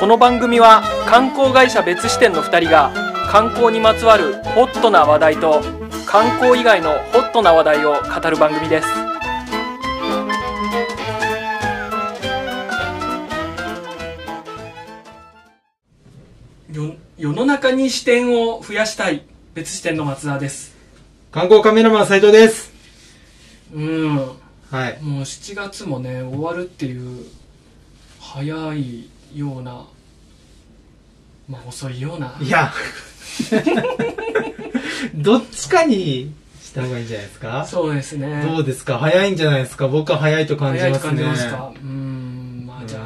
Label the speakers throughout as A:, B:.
A: この番組は観光会社別支店の2人が観光にまつわるホットな話題と観光以外のホットな話題を語る番組ですよ世の中に視点を増やしたい別支店の松田です
B: 観光カメラマン斉藤です。
A: うんも
B: はい。
A: う7月もね終わるっていう早いようなまあ遅いようない
B: や、 どっちかにした方がいいんじゃないですか
A: そうですね
B: どうですか早いんじゃないですか僕は早いと感じ
A: 早い
B: ま
A: と
B: す
A: 感じ
B: ね。
A: ますかうーんまあじゃあ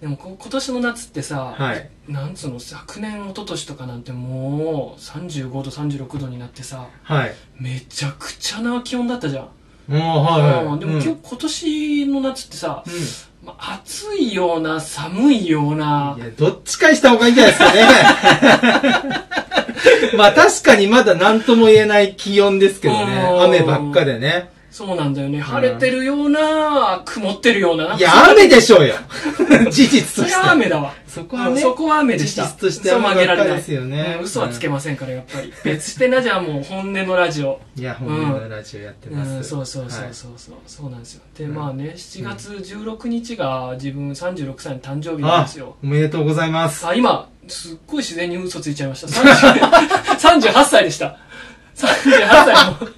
A: でもこ今年の夏ってさ、
B: うんはい。
A: なんつうの昨年一昨年とかなんてもう35度36度になってさ
B: はい。
A: めちゃくちゃな気温だったじゃん、
B: もう、はい、は
A: う
B: い。
A: んでも
B: うん
A: 今日、今年の夏ってさ、
B: う。
A: まあ、暑いような寒いようんない
B: や、どっちかにした方がいいんじゃない ですかね。まあ確かにまだ何とも言えない気温ですけどね。
A: うん
B: 雨ばっかでね。
A: そうなんだよね晴れてるような曇ってるようななんか
B: いや、雨でしょうよ。事実
A: そ
B: と
A: れ
B: して。
A: は雨だわ
B: そこはね
A: そこは雨でした
B: 事実として
A: 嘘は
B: 雨ば
A: あ
B: っ
A: げられ
B: かり
A: ない
B: ですよね。
A: うん嘘はつけませんからやっぱり別してなじゃあもう本音のラジオ
B: いや、本音のラジオやってます。
A: うん、そうそうそう
B: はい
A: そうそう、そうなんですよで、
B: うん
A: まあね7月16日が自分36歳の誕生日なん
B: あ
A: ですよ、
B: おめでとうござい ます。
A: あ今すっごい自然に嘘ついちゃいました30 38歳でした38歳の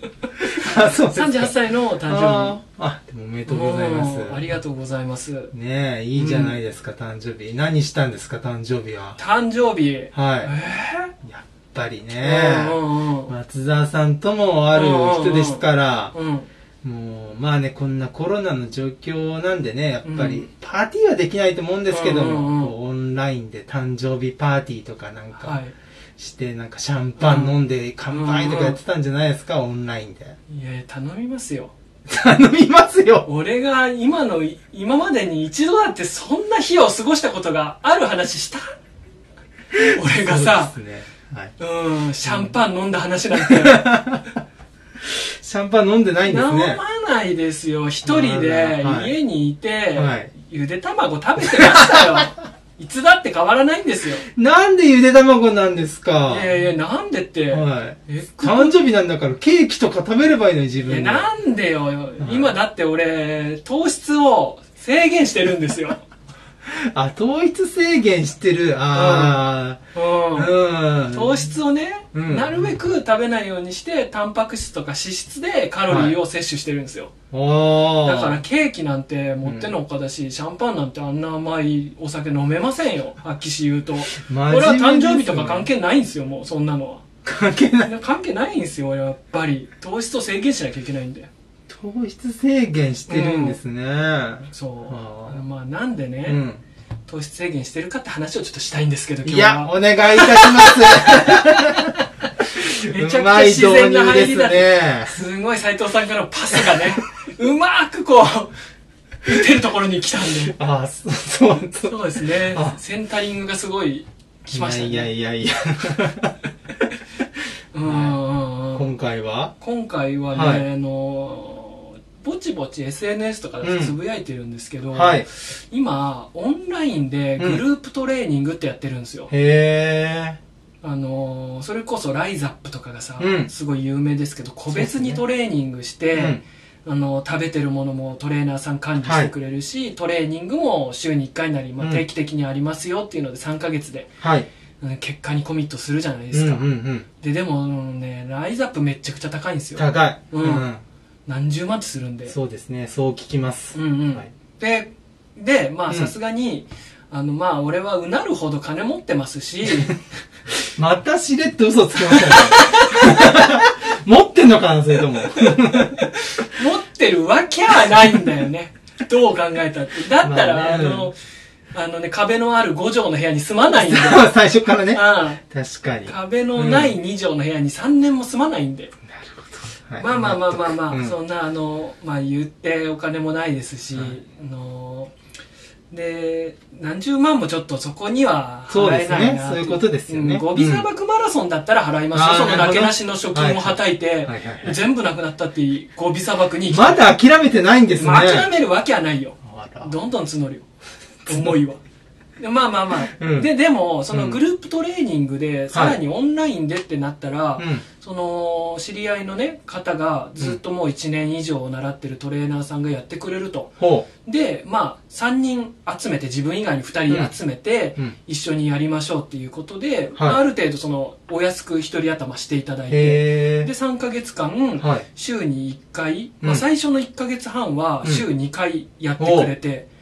B: あ、 そうですか。
A: 38歳の誕生
B: あーあ、でもおめで
A: 日
B: とうございます
A: うん。ありがとうございます
B: ねえ、いいじゃないですか、誕生日。何したんですか、誕生日は。
A: 誕生日
B: はい。やっぱり
A: え
B: ね、
A: うんうん
B: 松沢さんともある人ですから、
A: うんうん
B: もう、まあね、こんなコロナの状況なんでね、やっぱ
A: うん
B: り、パーティーはできないと思うんですけど
A: うんうんうん
B: も、こうオンラインで誕生日パーティーとかなん
A: は
B: かして、なんかシャンパン飲んで乾杯とかやってたんじゃないですか、オンラインで。
A: いいや頼みますよ
B: 頼みますよ
A: 俺が今の今までに一度だってそんな日を過ごしたことがある話した俺がさ
B: そうですねはい、
A: うんシャンパン飲んだ話なんて
B: シャンパン飲んでないん
A: 飲
B: ですね
A: まないですよ一人で
B: はい
A: 家にいて、
B: はい
A: ゆで卵食べてました よいつだって変わらないんですよ
B: なんでゆで卵なんですか
A: いやいやなんでって、
B: はい
A: え
B: 誕生日なんだからケーキとか食べればいいのに
A: い
B: 自
A: や
B: 分で
A: なんでよ今だって俺糖質を制限してるんです よ、
B: あ糖質制限してるあ
A: う
B: あ
A: ん
B: うん
A: 糖質をね、
B: うん
A: なるべく食べないようにしてタンパク質とか脂質でカロリーを摂取してるんですよ、
B: おー
A: だからケーキなんて持ってのほかだし、シャンパンなんてあんな甘いお酒飲めませんよはっきし言うと、
B: 真面
A: 俺
B: 目
A: は
B: ですね
A: 誕生日とか関係ないんですよもうそんなのは
B: 関係ない
A: 関係ないんですよ俺はやっぱり糖質を制限しなきゃいけないんで
B: 糖質制限してるんですね、
A: そう
B: あ
A: あ
B: ー
A: のまあなんでね、
B: うん
A: 糖質制限してるかって話をちょっとしたいんですけど今
B: い
A: 日
B: や
A: は
B: お願いいたします
A: めちゃくちゃ自然な入りだ
B: うまい導入ですね
A: すごい斉藤さんからのパスが ね、うまーくこう、打てるところに来たんで。
B: あそそうそう
A: そうですね
B: あ。
A: センタリングがすごい来ましたね。
B: いやいやいやいや
A: うんうんうん。
B: 今回は
A: 今回はね、
B: はい
A: あのー、ぼちぼち SNS とかでつぶやいてるんですけど、
B: はい
A: 今、オンラインでグループトレーニングってやってるんですよ。
B: へえ
A: あのー、それこそライザップとかがさ、
B: うん
A: すごい有名ですけど、個別に
B: そ
A: トレーニングして、あの食べてるものもトレーナーさん管理してくれるし、トレーニングも週に1回なり、ま
B: う
A: あ、
B: ん
A: 定期的にありますよっていうので3ヶ月で、
B: はい
A: うん結果にコミットするじゃないで
B: う
A: す
B: んう
A: か、
B: んうん
A: ででも、うんねライザップめっちゃくちゃ高いんですよ
B: 高い
A: うん何十万ってするんで
B: そうですねそう聞きます
A: うんうん
B: はい
A: ででま
B: う
A: あ
B: ん
A: さすがに、あのまあ俺はうなるほど金持ってます し
B: またしれっと嘘つき ましたね持ってんのかなそれとも
A: 持ってるわけはないんだよねどう考えたってだったら、
B: ま
A: あ
B: あね
A: のあのね壁のある5畳の部屋に住まないんだよ
B: 最初からね
A: ああ
B: 確かに
A: 壁のない2畳の部屋に3年も住まないんで、
B: はい
A: まあまあまあまあまあ、
B: うん
A: そんなあのまあ言ってお金もないですし、
B: はい
A: あので何十万もちょっとそこには
B: そう
A: 払
B: で
A: え
B: す
A: ない
B: ね
A: な
B: そういうことですよね
A: んゴビ砂漠マラソンだったら払いますよ、
B: うん
A: その
B: あー
A: なけなしの貯金をはたいて、
B: はいはいはい
A: 全部なくなったっていいゴビ砂漠に行きたい
B: まだ諦めてないんですね
A: まあ諦めるわけはないよ
B: あら
A: どんどん募るよ思いはまあまあまあ、
B: うん
A: ででもその
B: うん
A: グループトレーニングで、さらにオンラインでってなったら、
B: うん。
A: その知り合いのね方がずっともう1年以上習ってるトレーナーさんがやってくれると
B: ほ
A: でまあ3人集めて自分以外に2人集めて、
B: う。うん。
A: 一緒にやりましょうっていうことで、
B: はい
A: まあある程度そのお安く1人頭していただいて
B: へ
A: で
B: え。
A: 3ヶ月間、
B: はい。
A: 週に1回、
B: うん
A: まあ、最初の1ヶ月半は週2回やってくれて、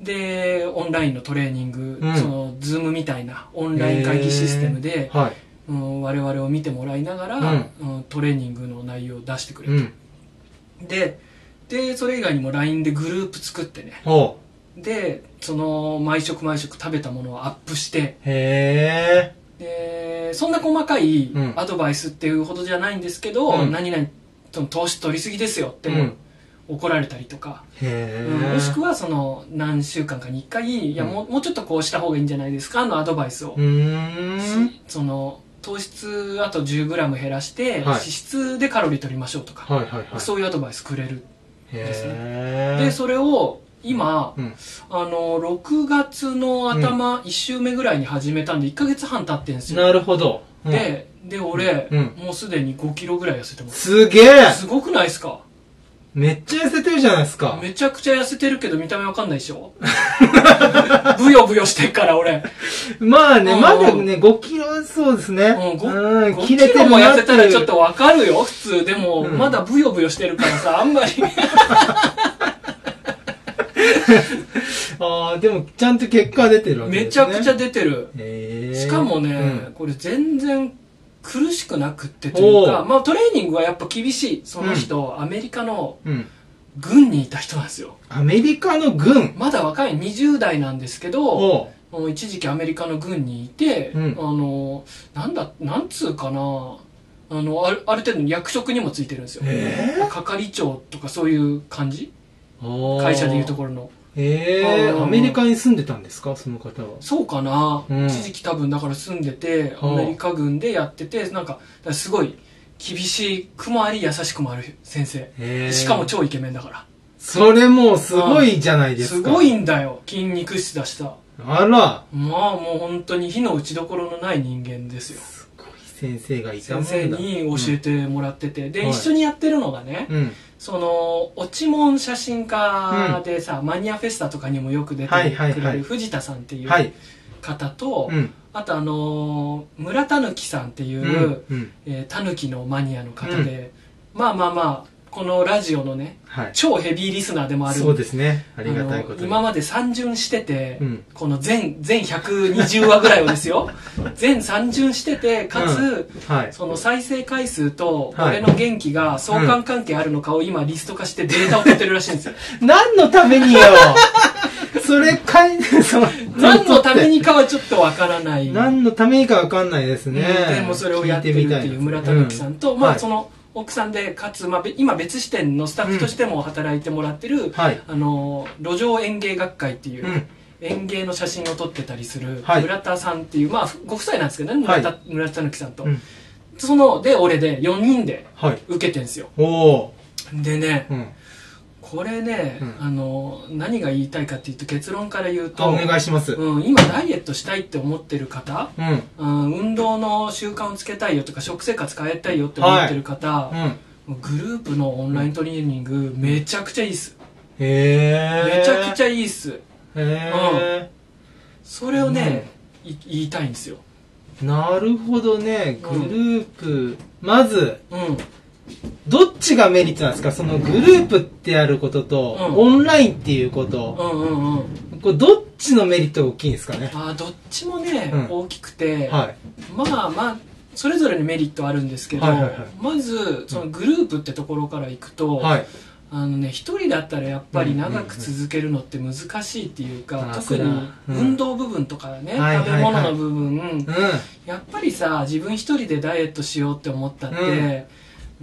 A: でオンラインのトレーニング、
B: うん
A: そのズームみたいなオンライン会議システムで、
B: はい。
A: うん、我々を見てもらいながら、
B: うん
A: うんトレーニングの内容を出してくれ
B: う
A: る、
B: ん。
A: ででそれ以外にも LINE でグループ作ってね
B: ほ
A: でその毎食毎食食べたものをアップして
B: う。へえ。
A: でそんな細かい
B: うん
A: アドバイスっていうほどじゃないんですけど、
B: うん
A: 何々その投資取りすぎですよって
B: うん
A: 怒られたりとか、
B: へえ
A: うん。もしくはその何週間かに1回いやもうもうちょっとこうした方がいいんじゃないですかのアドバイスを
B: うーん。
A: その糖質あと 10g 減らして、
B: はい
A: 脂質でカロリー取りましょうとか、
B: はいはいはい。
A: そういうアドバイスくれる、ですね
B: へえ。
A: でそれを今、
B: うん
A: あの6月の頭1週目ぐらいに始めたんで1ヶ月半経ってんですよ、
B: なるほど。うん、
A: でで俺、
B: うん
A: もうすでに5キロぐらい痩せてます
B: すげえ
A: すごくないですか
B: めっちゃ痩せてるじゃないですか。
A: めちゃくちゃ痩せてるけど見た目わかんないでし ょブヨブヨしてっから俺
B: まあね、
A: うん
B: まだね、5キロそうですね。
A: うん、ご
B: うん、
A: 5
B: 切
A: キ
B: れて
A: ロ
B: る
A: も痩
B: なってい
A: せ
B: う
A: たらちょっ。とわかるよ、普通。でも、
B: うん
A: まだブヨブヨしてるからさ、あんまり。
B: ああ、でも、ちゃんと結果は出てるわけ
A: め
B: で
A: ち
B: すね。
A: ゃくちゃ出てる。
B: へえ。
A: しかもね、
B: うん
A: これ全然苦しくなくってというか、
B: おう
A: まあトレーニングはやっぱ厳しい。その人、アメリカの
B: うん。
A: 軍にいた人なんですよ。
B: アメリカの軍
A: まだ若い20代なんですけど、
B: を、
A: もう一時期アメリカの軍にいて、
B: うん
A: あの、なんだ、なんつうかな、あの、あるある程度の役職にもついてるんですよ。
B: えー
A: 係長とかそういう感じ
B: おー
A: 会社でいうところの
B: へえ
A: うん
B: アメリカに住んでたんですかその方は。
A: そうかな、
B: うん
A: 一時期多分だから住んでてア
B: うん
A: メリカ軍でやっててなんかだからすごい厳しくもあり優しくもある先生
B: へえ
A: しかも、超イケメンだか
B: それもうすごいじゃない
A: ら
B: です
A: す
B: か。
A: ごい。んだよ筋肉質だしさ
B: あら、
A: まあもう本当に火の打ちどころのない人間ですよ
B: すごい先生がいたも
A: 先
B: んだ。
A: 生に教えてもらってて、で、
B: はい
A: 一緒にやってるのがね、
B: うん。
A: その落ちもん写真家でさ、マニアフェスタとかにもよく出てく
B: は
A: れ
B: い
A: る、
B: はいはい
A: 藤田さんって
B: う
A: い
B: ん。は
A: う
B: い。
A: 方と、
B: うん。
A: あとあのー村たぬきさんっていう、
B: うん。うん。
A: えたぬきのマニアの方で、まあまあまあこのラジオのね
B: はい。
A: 超ヘビーリスナーでもある
B: そうですね。あ
A: あ
B: りがたいこと
A: の
B: に。
A: 今まで三巡してて、
B: うん。
A: この全全120話ぐらいをです よ全三巡しててかつ、
B: はい。
A: その再生回数と
B: はい
A: 俺の元気が相関関係あるのかを今リスト化してデータを取ってるらしいんですよ
B: 何のためによ それかい、その
A: 何のためにかはちょっとわからない
B: 何のためにかわかんないですね。
A: うんでもそれをやってるって
B: 聞
A: いう村田美樹さんと、
B: うん
A: ま
B: は
A: あ
B: い
A: その奥さんでかつ、まあ、べ今別支店のスタッフとしても働いてもらってる、
B: はい。
A: あの路上園芸学会っていう、
B: うん。
A: 園芸の写真を撮ってたりする
B: はい
A: 村田さんっていう、まあふご夫妻なんですけどね
B: は
A: 村
B: い
A: 田,、村田美樹さんと、
B: うん
A: そので俺で4人で
B: はい。
A: 受けてんですよ
B: おお
A: でね
B: ー。うん。
A: これね、
B: うん
A: あの何が言いたいかっていうと結論から言う
B: あ、
A: と
B: お願いします。うん。
A: うん、今ダイエットしたいって思ってる方、
B: うん。うん。
A: うん運動の習慣をつけたいよとか食生活変えたいよって思ってる方、グループのオンライントレーニングめちゃくちゃいいっす、
B: へえ。
A: めちゃくち
B: ゃ。
A: ゃいいっす
B: へ
A: それをね、い言いたいんですよ
B: え。なるほどね。グループ。まず、
A: うん
B: どっちがメリットなんですかそのグループってやることと、
A: う
B: オンラインっていうこと。
A: うんうんうん
B: これどっちのメリットが大きいんですかね
A: あーどっちもね、
B: うん
A: 大きくて、
B: はい。
A: まあまあそれぞれにメリットあるんですけど、
B: はいはいはい
A: まずそのグループってところからいくと、
B: はい。
A: あのね一人だったらやっぱり長く続けるのって難しいっていうか、
B: うんうんうんあー
A: 特
B: それ
A: に
B: はうん
A: 運動部分とかね、
B: はいはいはい
A: 食べ物の部分、
B: うん。
A: やっぱりさ自分一人でダイエットしようって思ったって、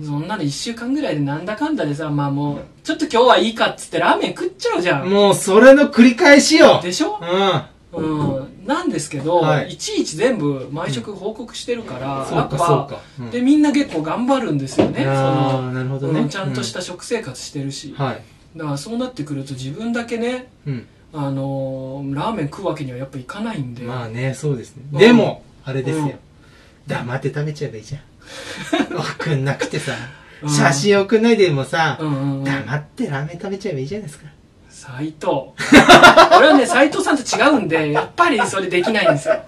A: そんなの1週間ぐらいでなんだかんだでさまあもうちょっと今日はいいかっつってラーメン食っちゃうじゃん、
B: もうそれの繰り返しよ。
A: でしょ
B: う、ん。
A: うん、なんですけど、
B: はい
A: い、ちいち全部毎食報告してるから、
B: そ
A: や
B: う
A: っ
B: か
A: ぱ
B: そうか。うん
A: でみんな結構頑張るんですよねそ
B: あ
A: の
B: あ、なるほど
A: う
B: ね。。
A: んちゃんとしたた食生活してるし、
B: はい。
A: だからそうなってくると自分だけね
B: うん。
A: ああのーラーメン食うわけにはやっぱいかないんで、
B: まあね、そうですね。
A: うん
B: でも、あれですよ。
A: うん
B: 黙って食べちゃえばい いじゃん。送んなくてさ
A: う、ん
B: 写真送んないでもさ、
A: うんうんうん
B: 黙ってラーメン食べちゃえばいいじゃないですか。
A: 斎藤 俺はね斎藤さんと違うんでやっぱりそれできないんですよや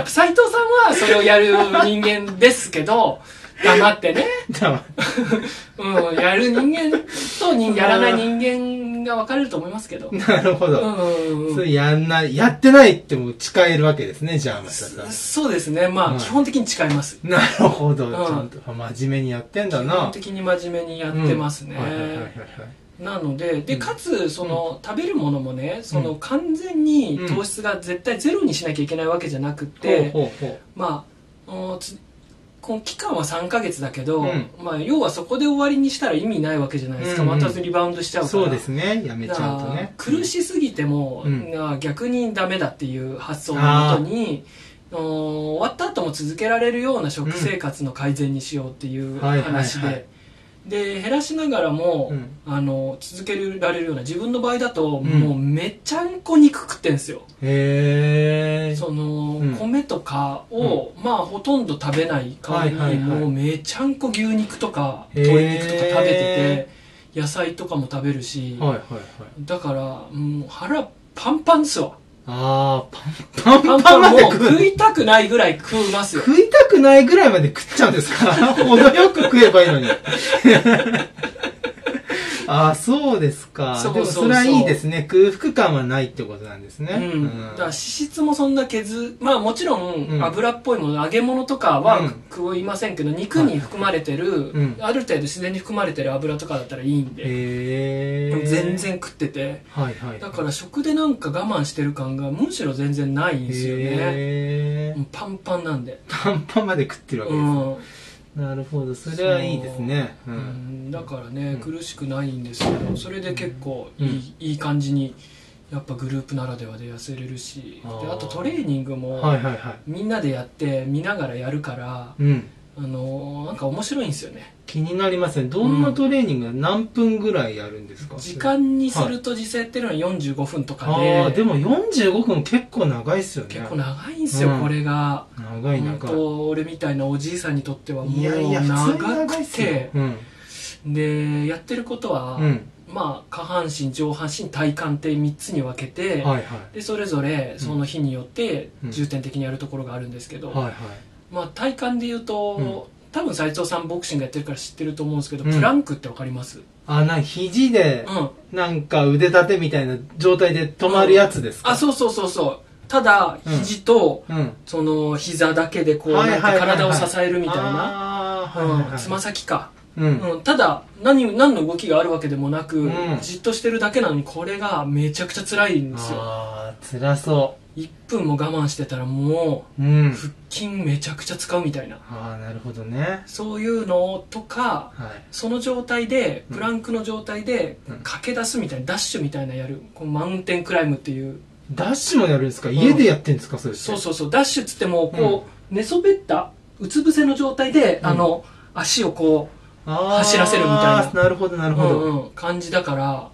A: っぱ斎藤さんはそれをやる人間ですけ ど黙ってね、
B: 黙って。
A: うん、やる人間とにやらない人間が分かれると思いますけど、
B: なるほ
A: う
B: ど。
A: んうんうん
B: それやんない、やってないってもう誓えるわけですね、じゃあ、松田さん。
A: そうですねまあ、
B: うん
A: 基本的に誓います
B: なるほど、
A: ん
B: ちゃんと。あ真面目にやってんだ
A: 基本
B: な。
A: 的に真面目にやってますね、
B: うんはいはいはいはい
A: なのでで
B: うん
A: かつその、食べるものもねそうの完全に
B: うん
A: 糖質が絶対ゼロにしなきゃいけないわけじゃなく
B: はい。
A: て、
B: ほうほうほ
A: まあおつこの期間は3ヶ月だけど、
B: うん
A: まあ、要はそこで終わりにしたら意味ないわけじゃないですか、
B: うんうん
A: またリバウンドしちゃう
B: う。
A: から
B: そうですね、やめち
A: だ
B: ゃう
A: か
B: と
A: ら
B: ね。
A: 苦しすぎても、
B: うん
A: が逆にダメだっていう発想のもとにあの終わった後も続けられるような食生活の改善にしようっていう
B: はいはいはい
A: 話で、で減らしながらも、
B: うん
A: あの続けられるような自分の場合だと、
B: ん
A: もうめちゃんこ肉食ってんすよ
B: へー。
A: その、
B: うん
A: 米とかを、まあほとんど食べない代わりに、
B: はいはいはい
A: もうめちゃんこ牛肉とか
B: へー
A: 鶏肉とか食べてて野菜とかも食べるし、
B: はいはいはい。
A: だからもう腹パンパンですよ
B: あー、パンパ
A: パ
B: ン
A: ン
B: パン
A: パ
B: ま
A: ン
B: で
A: もう
B: 食うの
A: 食いたくないぐらい食いますよ
B: 食いたくないぐらいまで食っちゃうんですか 程よく食えばいいのに。あーそうですか。
A: そう
B: でも
A: そ
B: そうれ
A: そう
B: はいいですね。空腹感はないってことなんですね。
A: うん、だから脂質もそんな削まあもちろ
B: うんん
A: 油っぽいもの揚げ物とかは
B: うん
A: 食いませんけど、肉に含まれてる、
B: うん
A: ある程度自然に含まれてる油とかだったらいいんで、
B: へ
A: でも
B: ー
A: 全然食ってて
B: はいはい
A: だから食でなんか我慢してる感がむしろ全然ないんですよね
B: へ
A: もうパンパンなんで、
B: パンパンまで食ってるわけ
A: う
B: です、
A: ん
B: なるほどそれはいいですねう、
A: うんん、だからね苦しくないんですけどそれで結構い
B: うん
A: い,、いい感じにやっぱグループならではで痩せれるし
B: あー
A: であとトレーニングも、
B: はいはいはい
A: みんなでやって見ながらやるから、
B: うん
A: あのーなんか面白いんですよね
B: 気になりますねどんなトレーニングが何分ぐらいやるんですか
A: 時間にすると時制っていうのは45分とか
B: あ
A: で,、
B: あでも45分結構長いっすよね
A: 結構長いんですよ、
B: うん
A: これが
B: 長い
A: 本
B: 長い
A: 当俺みたいなおじいさんにとってはもう
B: いやいや普通に
A: 長
B: 長いっ
A: く
B: すよ
A: て
B: うん、
A: でやってることは、
B: うん、
A: まあ下半身上半身体幹って3つに分けて、
B: はいはい
A: でそれぞれその日によって
B: うん
A: 重点的にやるところがあるんですけど、
B: はいはい
A: まあ、体幹で言うと、
B: うん
A: 多分斉藤さんボクシングやってるから知ってると思うんですけど、
B: うん
A: プランクって分かります、
B: あなんか肘で
A: うん、
B: なんか腕立てみたいな状態で止まるやつですか、
A: あそうそうそうそうただ
B: うん
A: 肘と、
B: うん、うん、
A: その膝だけでこう
B: はいは
A: ないん
B: はい
A: か
B: はい
A: 体を支えるみたいな
B: あーはいはい
A: うん
B: はい
A: つま先か、
B: うん
A: うん、ただ何何の動きがあるわけでもなく、
B: うん
A: じっとしてるだけなのにこれがめちゃくちゃ辛いんですよ
B: ああ、辛そ
A: 1分も我慢してたらも
B: う。うん
A: う。腹筋めちゃくちゃ使うみたいな
B: ああ、なるほどね。
A: そういうのとか
B: はい。
A: その状態で
B: うん
A: プランクの状態で
B: うん
A: 駆け出すみたいなダッシュみたいなやるこのマウンテンクライムっていう
B: ダッシュもやるんですか
A: ん
B: 家でやってんですかそれって。
A: そうそうそうダッシュっつってもこう、寝そべったうつ伏せの状態で、
B: うん
A: あの足をこ
B: あー
A: 走らせるみたいな
B: なるほど、な
A: う、
B: るほど。
A: うんうん感じだから、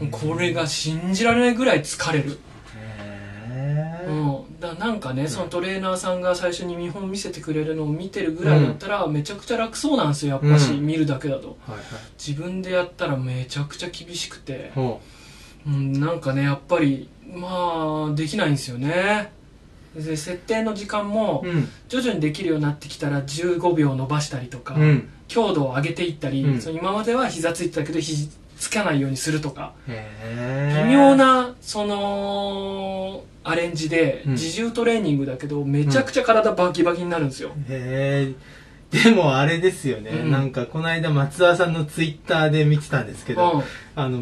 B: うん
A: これが信じられないぐらい疲れる、
B: へ
A: う
B: ー
A: ん、だなんかね、そのトレーナーさんが最初に見本見せてくれるのを見てるぐらいだったら、めちゃくちゃ楽そうなんですよやっぱし、
B: うん
A: 見るだけだと
B: はいはい。
A: 自分でやったらめちゃくちゃ厳しくて、
B: ほ
A: うん、なんかねやっぱりまあできないんですよねで設定の時間も、
B: う。うん。
A: 徐々にできるようになってきたら15秒伸ばしたりとか、
B: うん。
A: 強度を上げていったり、
B: うん
A: その今までは膝ついてたけど肘つかないようにするとか
B: へー
A: 微妙。なそのアレンジで、
B: うん
A: 自重トレーニングだけどめちゃくちゃ体バキバキになるんですよ、
B: へーでもあれですよね、
A: うん
B: なんかこの間松田さんのツイッターで見てたんですけど、
A: うん
B: あの、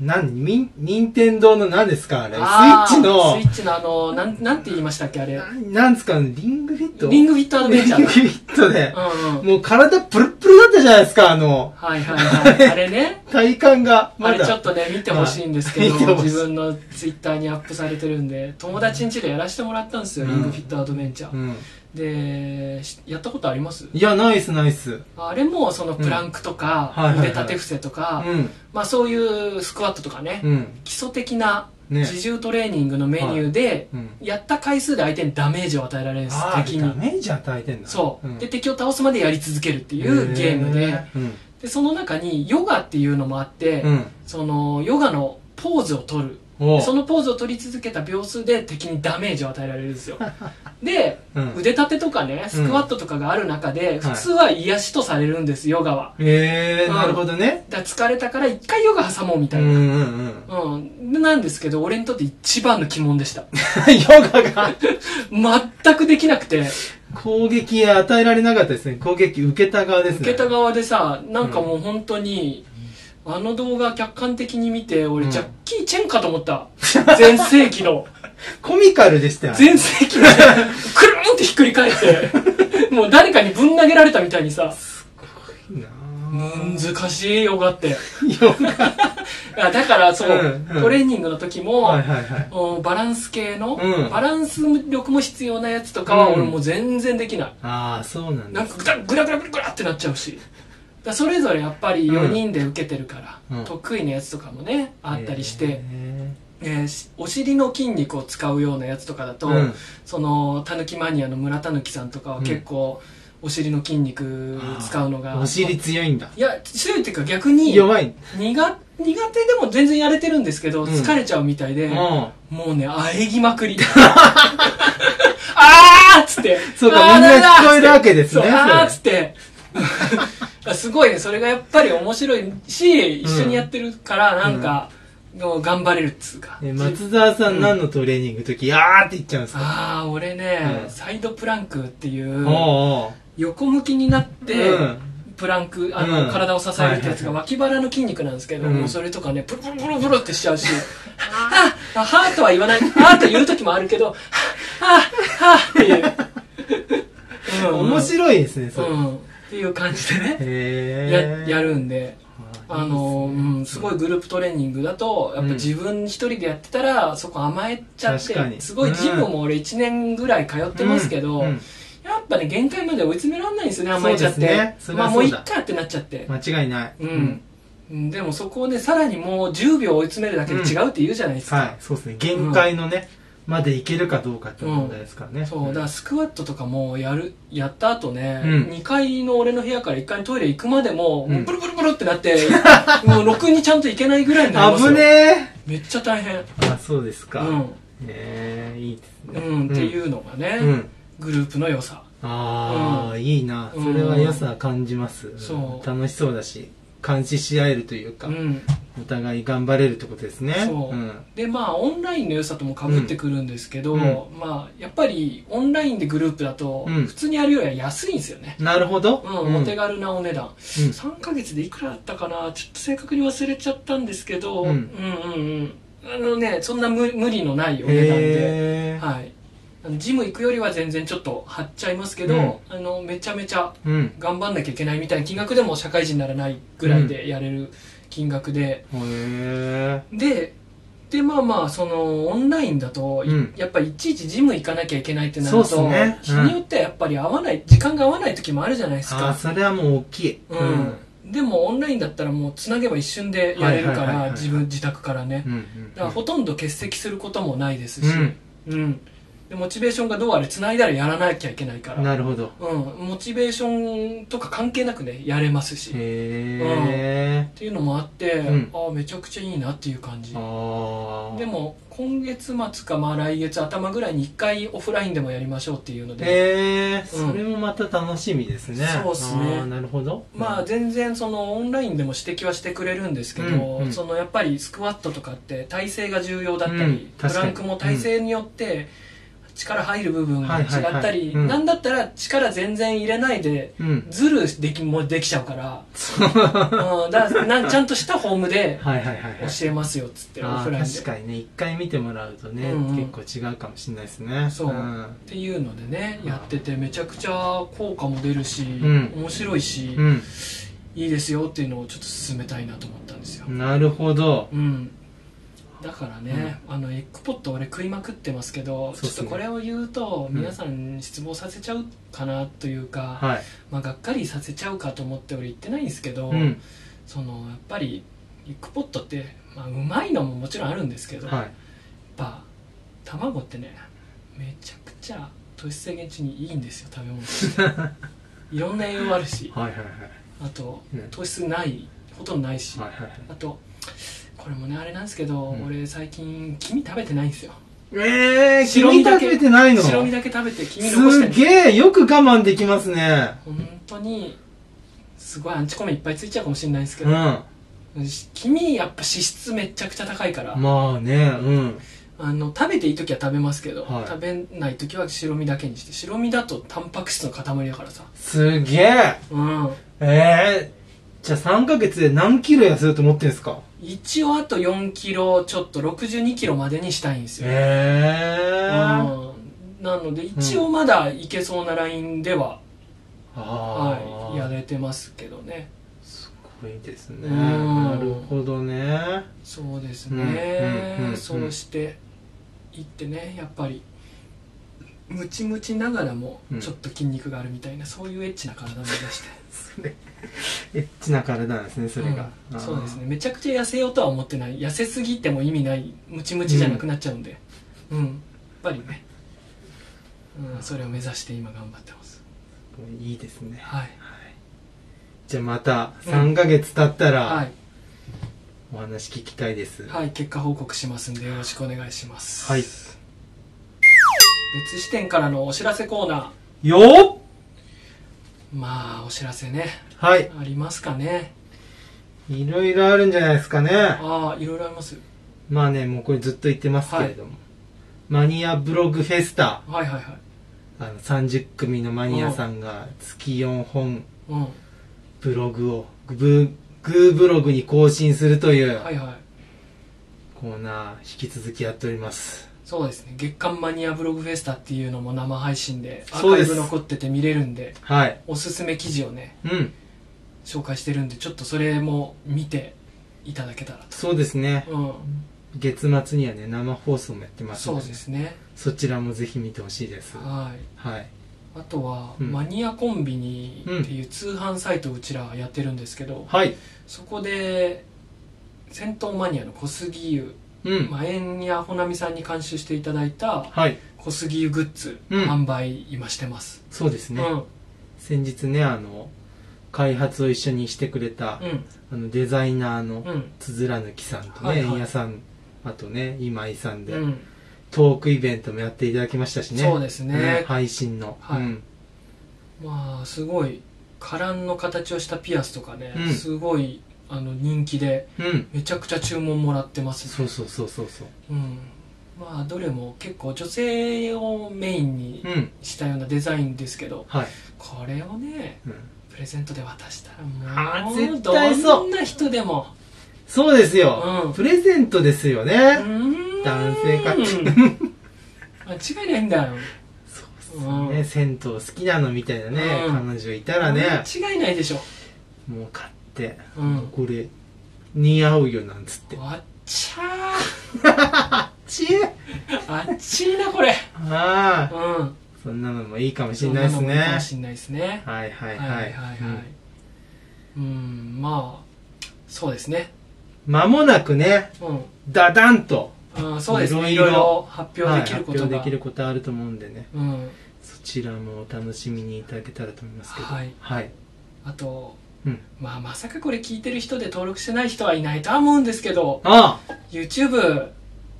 B: なん、みん、任天堂の何ですかあれ
A: あー
B: スイッチの
A: スイ、ッチのあのなんなんて言いましたっけあれ
B: ななんですかリングフィット
A: リングフィットアドベンチャー
B: リングフィットで、
A: だうんうん
B: もう体プルップルだったじゃないですか、あの、
A: はいはいはい あれね
B: 体感が。ま
A: あれちょっ
B: だ。
A: とね見てほしいんですけど、
B: はい見てほしい
A: 自分のツイッターにアップされてるんで友達ん家でやらせてもらったんですよ、
B: うん
A: リングフィットアドベンチャー、
B: うん。
A: でしやったことあります
B: いや、ナイスナイス。
A: あれもそのプランクとか、
B: うんはいはいはい
A: 腕立て伏せと
B: う
A: か、
B: ん。
A: まあそういうスクワットとかね、
B: うん。
A: 基礎的な
B: ね
A: 自重トレーニングのメニューで、
B: うん。
A: やった回数で相手にダメージを与えられるんです
B: ああ、
A: 敵
B: ダ
A: に
B: メージ与えてんだ。
A: そう、
B: ん
A: で、敵を倒すまでやり続けるっていうゲームで,、
B: へー。
A: でその中にヨガっていうのもあって、
B: うん。うん。
A: そのヨガのポーズを取る
B: おう
A: そのポーズを取り続けた秒数で敵にダメージを与えられるん ですよで、
B: うん
A: 腕立てとかねスクワットとかがある中で、
B: ん
A: 普通は癒しとされるんですヨガは
B: え
A: う
B: ー、
A: ん
B: なるほどね。
A: だから疲れたから一回ヨガ挟もうみ
B: う
A: たい
B: ん
A: な、
B: うんうん。
A: うん、なんですけど俺にとって一番の鬼門でした
B: ヨガが
A: 全くできなくて
B: 攻撃与えられなかったですね。攻撃受けた側ですね。
A: 受けた側でさなんかもう本当に、あの動画客観的に見て俺、
B: うん
A: ジャッキー・チェンかと思った全盛期の
B: コミカルでしたよ。
A: 全盛期のくるんってひっくり返ってもう誰かにぶん投げられたみたいにさ
B: な
A: 難しいヨガって
B: あヨガ。
A: あだからそう、
B: うんうん
A: トレーニングの時も、
B: はいはいはい。
A: おバランス系の、
B: うん
A: バランス力も必要なやつとかは
B: うん
A: 俺もう全然できない、
B: ああ、そうなん
A: な
B: だ
A: ん。かグラグラグラグラグラってなっちゃうしだからそれぞれやっぱり4人で受けてるから、
B: うん
A: 得意なやつとかもねあったりして、
B: へ
A: えーしお尻の筋肉を使うようなやつとかだと、
B: ーうん
A: そのたぬきマニアの村たぬきさんとかは結構、お尻の筋肉使うのが
B: お尻強いんだ。
A: いや強いっていうか逆に苦
B: 弱い。
A: 苦手でも全然やれてるんですけど、
B: うん
A: 疲れちゃうみたいで、
B: うん。
A: もうね、あえぎま くり。あーっつって。
B: そうか
A: あー
B: みん
A: ダ
B: な
A: メだ
B: 聞こえるわけですね
A: そう
B: それ
A: あーっつって。 すごいね、それがやっぱり面白いし、一緒にやってるから、なんか、もう頑張れるっつうか。
B: え松沢さん何のトレーニングの時、あーって言っちゃうんですか
A: あー、俺ね、
B: うん
A: サイドプランクってい
B: おう
A: う、
B: おう
A: 横向きになって、
B: うん
A: プランク、あの、
B: うん
A: 体を支えるってやつが脇腹の筋肉なんですけど、
B: うん
A: もうそれとかね、プルプルプルプルってしちゃうし、ああ、はーとは言わない、あーと言う時もあるけど、あー、はーっていう。うん
B: 面白いですね、それ。
A: うん。っていう感じでね、
B: へ
A: や、
B: ー
A: や。るんで。
B: あ
A: あの、うん、すごいグループトレーニングだと、やっぱ
B: うん
A: 自分一人でやってたら、そこ甘えちゃっ
B: 確かに
A: て、すごいジムも俺1年ぐらい通ってますけど、
B: うんうん
A: やっぱね、限界まで追い詰められないんですよね、甘えちゃっ
B: そうです
A: て
B: ね。それ
A: まあ
B: は
A: もう
B: そ
A: いうっ
B: だ
A: かってなっちゃって。
B: 間違いない。
A: うん。うんでもそこをね、さらにもう10秒追い詰めるだけで違うって言うじゃないですか。
B: はい、そうですね。限界のね、までいけるかどうかって問題ですからね。
A: そう、だからスクワットとかもやる、やった後ね、
B: うん
A: 2階の俺の部屋から1階のトイレ行くまでも、
B: うん
A: ブルブルブルってなって、 もうろくにちゃんと行けないぐらいになりますよ。
B: 危ねえ。
A: めっちゃ大変。
B: あ、そうですか。
A: う
B: ね
A: ん。
B: えいいです
A: う
B: ね。
A: ん、っていうのがね、
B: うん。
A: グループの良さ。
B: ああ、いいな。
A: うん
B: それは良さ感じます。
A: そう
B: 楽しそうだし、監視し合えるというか、
A: うん。
B: お互い頑張れるってことですね。
A: そう
B: うん
A: で、まあ、オンラインの良さともかぶってくるんですけど、
B: うん
A: まあ、やっぱり、オンラインでグループだと、
B: うん
A: 普通にやるよりは安いんですよね。
B: なるほど。
A: うん、お手軽なお値段。3ヶ月でいくらだったかなちょっと正確に忘れちゃったんですけど、う、
B: うんん
A: うんうんあのねそんな無無理のないお値段で、
B: へえ。
A: はい、あのジム行くよりは全然ちょっと張っちゃいますけど、
B: うん
A: あのめちゃめちゃ
B: うん。
A: 頑張んなきゃいけないみたいな金額でも社会人にならないぐらいでやれる金額で、
B: へえ。
A: ででまあまあそのオンラインだと、い
B: うん
A: やっぱりいちいちジム行かなきゃいけないってなると
B: そうっすね
A: 日によってはやっぱり合わない時間が合わない時もあるじゃないです
B: あ
A: か
B: あ、それはもう大きい。
A: うん。でもオンラインだったらもうつなげば一瞬でやれるか
B: はいはいはいは
A: ら
B: い
A: 自分自宅からね
B: うん。うん
A: だからほとんど欠席することもないですし、
B: うん
A: うんでモチベーションがどうあれつないだらやらなきゃいけないか
B: うん。
A: ら、
B: なるほど。
A: うん、モチベーションとか関係なくねやれますし、っ
B: へえ。
A: ていうのもあって、
B: うん
A: ああめちゃくちゃいいなっていう感じ
B: ああ。
A: でも今月末かまあ来月頭ぐらいに1回オフラインでもやりましょうっていうので、
B: へえ、
A: うん
B: それもまた楽しみですね。
A: そうっすね
B: あーなるほど。
A: まあ全然そのオンラインでも指摘はしてくれるんですけど、
B: うんうん
A: そのやっぱりスクワットとかって体勢が重要だったり、
B: うん
A: プ
B: 確か
A: ラン
B: に
A: クも体勢によって力入る部分が違
B: はい
A: った
B: はいはい
A: り、
B: うん
A: なんだったら力全然入れないで
B: うん、うん。
A: ズルできもできちゃう から、うん、だからなんちゃんとしたフォームで
B: はいはいはいはい。
A: 教えますよっつってオ
B: あ
A: フライン
B: ー
A: で。
B: 確
A: っ
B: かにね、一回見てもらうとね、
A: うんうん
B: 結構違うかもしれないですね。
A: そうんていうのでねやっててめちゃくちゃ効果も出るし、
B: ん
A: 面白いし、
B: うん。
A: いいですよっていうのをちょっと進めたいなと思ったんですよ。
B: なるほど。
A: うん、だからね、あのエッグポット俺食いまくってますけど
B: そうっすね
A: ちょっとこれを言うと
B: うん
A: 皆さん失望させちゃうかなというか、
B: はい。
A: まあ、がっかりさせちゃうかと思って俺言ってないんですけど、
B: うん。
A: そのやっぱりエッグポットって、まあ、うまいのももちろんあるんですけど、やっ
B: はい。
A: ぱ卵ってねめちゃくちゃ糖質制限中にいいんですよ食べ物って いろんな栄養あるし
B: はいはいはい。
A: あと
B: ね
A: 糖質ないほとんどないし、
B: はいはい。
A: あとこれもねあれなんですけど、
B: うん
A: 俺最近黄身食べてないんですよ
B: えー、
A: 白
B: 白
A: 身
B: 身
A: だけ
B: 食べてないの
A: 白身だけ食べて黄身残して
B: す
A: る
B: げえ、よく我慢できますね。
A: 本当にすごいアンチコメいっぱいついちゃうかもしれないですけ
B: うん。
A: ど、
B: ま
A: 君やっぱ脂質めちゃくちゃ高いから、
B: あね、うん。
A: あの食べていい時は食べますけど、
B: はい
A: 食べない時は白身だけにして白身だとタンパク質の塊だからさ
B: すげえ。
A: うん
B: ええー。じゃあ3ヶ月で何キロ痩せると思ってんですか
A: 一応あと4キロちょっと6 2キロまでにしたいんですよ、
B: ええー。
A: うん、なので一応まだいけそうなラインでは、
B: あ
A: はい、や
B: あ。
A: れてますけどね
B: すごいですね。
A: うん
B: なるほどね。
A: そうですね、
B: うんうんうんうん
A: そうしていってねやっぱりムチムチながらも
B: うん
A: ちょっと筋肉があるみたいな、そういうエッチな体を目指して
B: エッチな体なんですね、それが。
A: うん
B: あー
A: そうですねめちゃくちゃ痩せようとは思ってない痩せすぎても意味ないムチムチじゃなくなっちゃうんでうん、やっぱりね、うん、それを目指して今頑張ってます
B: いいですね。
A: はい
B: じゃあまた3ヶ月経った
A: は
B: ら
A: い、
B: お話聞きたいです。
A: はい、結果報告しますんでよろしくお願いします
B: はい
A: 別視点からのお知らせコーナー
B: よっ
A: まあお知らせね
B: はい。
A: ありますかね
B: いろいろあるんじゃないですかね。
A: ああいろいろあります
B: まあね、もうこれずっと言ってますけれども。マニアブログフェスタ。
A: はいはいはい
B: あの、30組のマニアさんが月4本
A: うん
B: ブログを、グーブログに更新するという
A: はいはい
B: コーナー、引き続きやっております。
A: そうですね月刊マニアブログフェスタっていうのも生配信でアー
B: そ
A: カ
B: う
A: イ
B: で
A: ブ
B: す
A: 残ってて見れるんで
B: はい。
A: おすすめ記事をね
B: うん。
A: 紹介してるんでちょっとそれも見ていただけたら
B: そうですね。
A: とうん
B: 月末にはね、生放送もやってます
A: そ
B: の
A: う
B: で、
A: ですね
B: そちらもぜひ見てほしいです。
A: はい
B: はい。
A: あとは、
B: うん
A: マニアコンビニっていう通販サイトをうちらやってるんですけど、
B: はい。
A: そこで戦闘マニアの小杉湯
B: うん。
A: まあ、円谷ほなみさんに監修していただいた
B: はい。
A: 小杉湯グッズ、
B: うん
A: 販売今してます、
B: そうですね。
A: うん
B: 先日ね、あの、開発を一緒にしてくれた、
A: うん
B: あの、デザイナーの
A: うん
B: 鈴らぬきさんと
A: はい
B: ね、
A: はい
B: 円谷さん、あとね、今井さんで、
A: うん
B: トークイベントもやっていただきましたしね。
A: そうですね
B: うん配信の。
A: はい
B: うん
A: まあすごいカランの形をしたピアスとかね、
B: うん
A: すごいあの人気で
B: うん。
A: めちゃくちゃ注文もらってます
B: そうそうそうそうそう。
A: うんまあどれも結構女性をメインに
B: うん。
A: したようなデザインですけど
B: はい。
A: これをね
B: うん
A: プレゼントで渡したら
B: あ
A: もう
B: 絶対そう
A: どんな人でも
B: そうですよ、
A: うん
B: プレゼントですよね。
A: うーん
B: 男性か
A: 間違いないんだよ
B: そう
A: うん
B: ね、銭湯好きなのみたいなね、
A: うん
B: 彼女いたらね、
A: 間違いないでしょ
B: もう買って、
A: うん
B: これ、似合うよなんつって。
A: あっちゃ
B: ちえ
A: ーあっちいなこれ
B: ああ、
A: うん
B: そんなのもいいかもしれないで
A: そ
B: す
A: んなのもいいかも
B: ね。
A: しんないですね
B: はいはい
A: はいは
B: はい
A: は
B: い。
A: い
B: う
A: う
B: ん
A: んまあそうですね
B: 間もなくね、
A: うん
B: ダダンと
A: あそうですねい
B: い
A: ろ
B: ろ
A: い
B: いろ
A: ろ発表でき
B: はい
A: る
B: 発
A: こと
B: 表
A: が
B: できることあると思うんでね、
A: うん
B: そちらもお楽しみにいただけたらと思いますけど。
A: はい
B: はい。
A: あと
B: うん。
A: まあまさかこれ聞いてる人で登録してない人はいないとは思うんですけど
B: あ
A: YouTube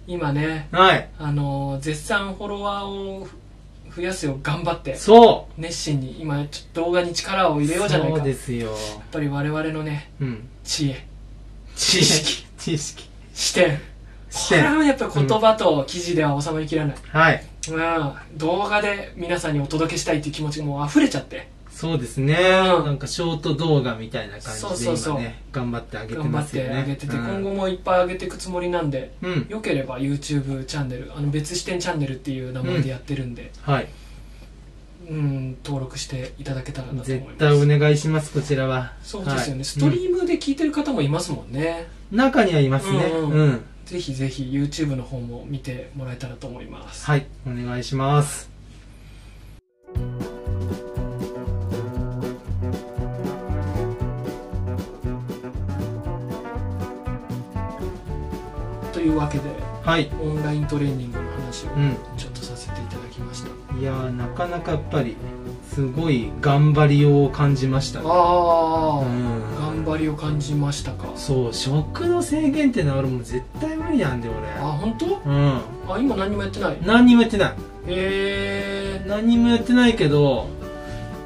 A: 今ね
B: あ、はい。
A: あの絶賛フォロワーを増やすよう頑張って
B: そ
A: 熱心に今ちょっと動画に力を
B: う
A: 入れようじゃないか
B: そう
A: や
B: で
A: っ
B: すよ。
A: ぱり我々のね
B: うん。
A: 知恵
B: 知識。知識。
A: 視点
B: 視
A: これ
B: 点。
A: はやっぱり言葉と記事では収まりきらない、
B: はい。
A: うん、動画で皆さんにお届けしたいっていう気持ちがもう溢れちゃって
B: そうですね、
A: うん
B: なんかショート動画みたいな感じで
A: そう
B: 今ね
A: そうそう
B: 頑張ってあげて
A: 頑張
B: ま
A: っ
B: すよ
A: て
B: ね
A: 上げてて、
B: うん
A: 今後もいっぱい上げていくつもりなんで
B: うん
A: よければ YouTube チャンネルあの別視点チャンネルっていう名前でやってるんで、
B: はい
A: うん登録していただけたらなと思い
B: 絶
A: ます
B: 対お願いしますこちらは
A: そうですよね、
B: はい
A: ストリームで聞いてる方もいますもんね、
B: うん中にはいますね
A: う
B: うんん、
A: うんぜひぜひ YouTube の方も見てもらえたらと思います。
B: はい、お願いします。
A: というわけで、
B: はい。
A: オンライントレーニングの話を
B: うん。
A: ちょっとさせていただきました。
B: いやー、なかなかやっぱり、すごい頑張りを感じましたね。
A: あ
B: う
A: あ、
B: ん。
A: 頑張りを感じましたか。
B: そう、食の制限ってのは俺もう絶対無理なんで、
A: あ、
B: 俺。
A: 本当？
B: うん。
A: あ、今何もやってない。へ
B: 何にもやってない。
A: え。
B: 何にもやってないけど、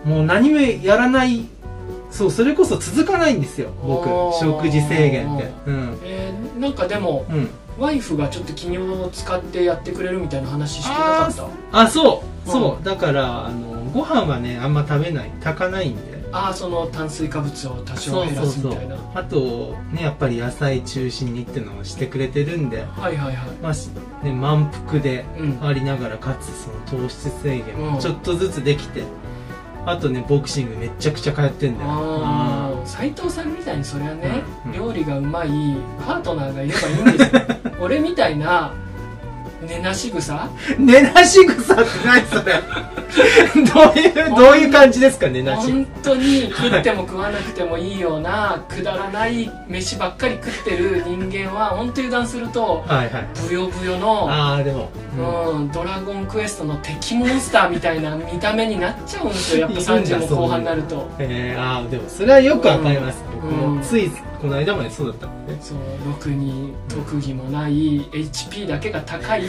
B: もう何もやらない。そう、それこそ続かないんですよ、僕
A: あ。ー
B: 食事制限って。うん。
A: えー、なんかでも
B: うん。
A: ワイフがちょっと企業を使ってやってくれるみたいな話してなかった
B: あそう
A: うん
B: そう、だからあのご飯はねあんま食べない炊かないんで
A: ああーその炭水化物を多少減らすみたいな
B: あとねやっぱり野菜中心にってのをしてくれてるんで
A: はいはいは
B: まあしね、満腹で
A: いうん
B: ありながらかつその糖質制限
A: うん
B: もちょっとずつできて、あとねボクシングめちゃくちゃ通ってんだよ
A: ああ斎藤さんみたいにそれはね、
B: うんうん
A: 料理がうまいパートナーがいればいいんですよ 俺みたいな寝なし草
B: うん寝なし草って何それ どういうどういう感じですか寝なし
A: 本当に食っても食わなくてもいいようなくだらない飯ばっかり食ってる人間は本当油断すると
B: はいはい
A: ブヨブヨの
B: ああでも、
A: うん、ドラゴンクエストの敵モンスターみたいな見た目になっちゃうんですよやっぱ30も後半になると
B: えー、ああでもそれはよくわかります、僕
A: うん
B: もついこの間までそうだったもんね
A: そうろくに特技もない HP だけが 高い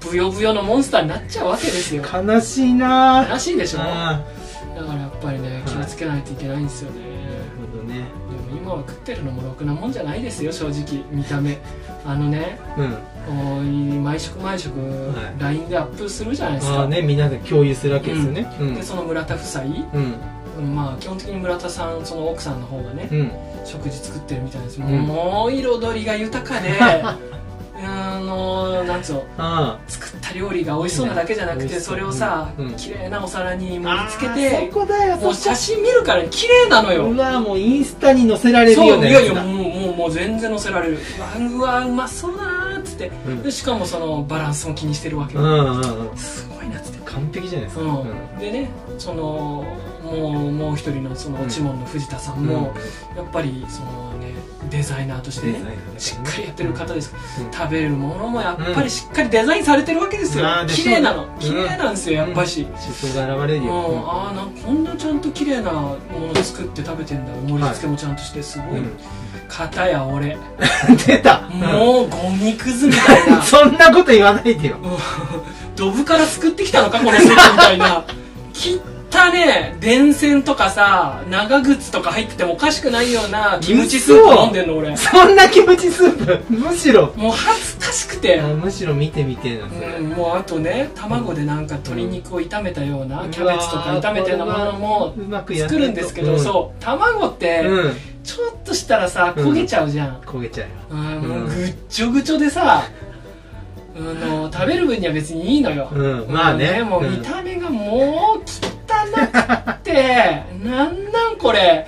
A: ブヨブヨのモンスターになっちゃうわけですよ
B: 悲しいなー
A: らしいでしょだか
B: あ
A: らやっぱりね気をつけないといけないんですよね
B: ーなるほどね
A: でも今は食ってるのもろくなもんじゃないですよ正直見た目あのね
B: うん
A: こう毎食毎食
B: はい
A: LINE でアップするじゃないです
B: あ
A: か、
B: あねみんなで共有するわけですよねうん
A: でその村田夫妻
B: うん
A: まあ基本的に村田さんその奥さんの方がね、
B: うん
A: 食事作ってるみたいです、
B: ん
A: もう彩りが豊か であのなんつうの
B: あ
A: 作った料理が美味しそうなだけじゃなく
B: 美味
A: て
B: しそ
A: そうれをさ、
B: うん
A: 綺麗なお皿に盛
B: あ
A: り付け
B: あー
A: て
B: そこだよ
A: もう
B: そ
A: 写真見るから綺麗なの
B: こ
A: よ
B: うわもうインスタに載せられる
A: そ
B: よう
A: う
B: ないや
A: や
B: つ
A: いや
B: だ
A: もうもうもう全然載せられるうわうわうまそうだなーっつって
B: うん
A: でしかもそのバランスも気にしてるわけ
B: う
A: よ、
B: んうんうん
A: すごいなっつって
B: 完璧じゃないですか
A: うんでねそのもうもう一人のそのチモンの藤田さんも、やっぱりそのねデザイナーとし
B: う
A: て
B: デザイン
A: ね
B: だからね
A: しっかりやってる方ですから、
B: うん
A: 食べるものもやっぱりしっかりデザインされてるわけですよ、
B: うんあーでしょう
A: 綺麗なの
B: ん
A: 綺麗なんですよ、やっぱし、うん
B: 思想が現れるようん
A: ああなんかこんなちゃんと綺麗なもの作って食べてんだ盛り付けもちゃんとしてすごい、片や俺
B: うん 出たうん
A: もうゴミくずみたいな
B: そんなこと言わないでよ
A: ドブから作ってきたのかこのセットみたいな切ったね電線とかさ長靴とか入っててもおかしくないようなキムチスープ飲んでんの俺
B: そんなキムチスープむしろ
A: もう恥ずかしくて、
B: むしろ見てみてえなそれ、
A: うん、もうあとね卵でなんか鶏肉を炒めたような、
B: うん
A: キャベツとか炒めたようなものも
B: うまくやって
A: 作るんですけど、
B: うん
A: そう卵って
B: うん
A: ちょっとしたらさ
B: うん
A: 焦げちゃうじゃん、
B: 焦げちゃうよ
A: うん
B: うん
A: もうぐっちょぐちょでさ、あの食べる分には別にいいのよ、
B: うんまあね
A: もう
B: うん
A: 見た目がもう汚く てなんなんこれ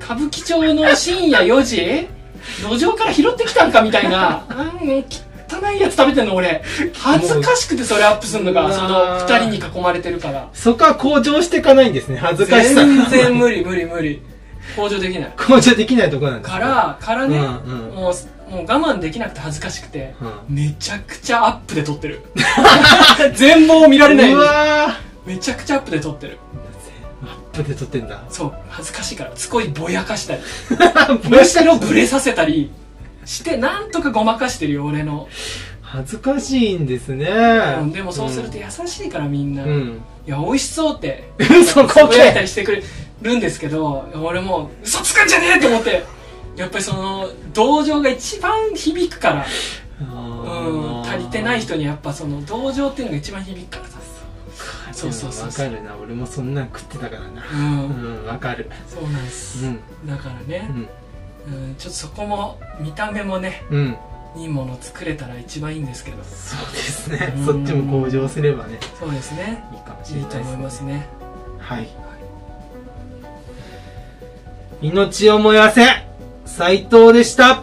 A: 歌舞伎町の深夜4時路上から拾ってきたんかみたいなうん汚いやつ食べてんの俺恥ずかしくてそれアップすんの
B: う
A: が
B: わ
A: その2人に囲まれてるから
B: そこは向上していかないんですね恥ずかしさ
A: 全然無理無理無理向上できない
B: 向上できないとこなんです
A: か
B: ね
A: らからね、
B: うんうん
A: もうもう我慢できなくて恥ずかしくて、
B: う
A: めちゃくちゃアップで撮ってる 全貌を見られないよ
B: う
A: うに
B: わ
A: めちゃくちゃアップで撮ってる
B: ーアップで撮って んだ
A: そう恥ずかしいからすごいぼやかしたり
B: ぼ
A: む
B: や
A: しろブレさせたりしてなんとかごまかしてるよ俺の、
B: 恥ずかしいんですね
A: うんでもそうすると優しいからみんな、
B: う
A: い
B: ん
A: や美味しそうって
B: 嘘
A: つ
B: こ
A: ぶやいた
B: け
A: りしてくれるんですけど俺もう嘘つくんじゃねえと思ってやっぱりその同情が一番響くからうん足りてない人にやっぱその同情っていうのが一番響くからさそ
B: そうう
A: そ
B: そうう
A: そう
B: わかるな俺もそんなん食ってたからな
A: う
B: うんんわかる
A: そうなんです、
B: うん
A: だから
B: う
A: ね、
B: ん
A: うん、ちょっとそこも見た目もね
B: うん
A: いいもの作れたら一番いいんですけど
B: そうですね
A: うん
B: そっちも向上すればね
A: そうですね
B: いいかもし
A: い
B: れ
A: い
B: ない
A: と
B: で
A: 思い
B: す
A: ますね
B: はい。命を燃やせ斉藤でした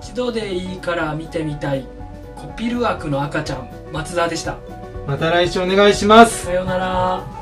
A: 一一度でいいから見てみたいコピルワークの赤ちゃん松田でした
B: また来週お願いします
A: さようなら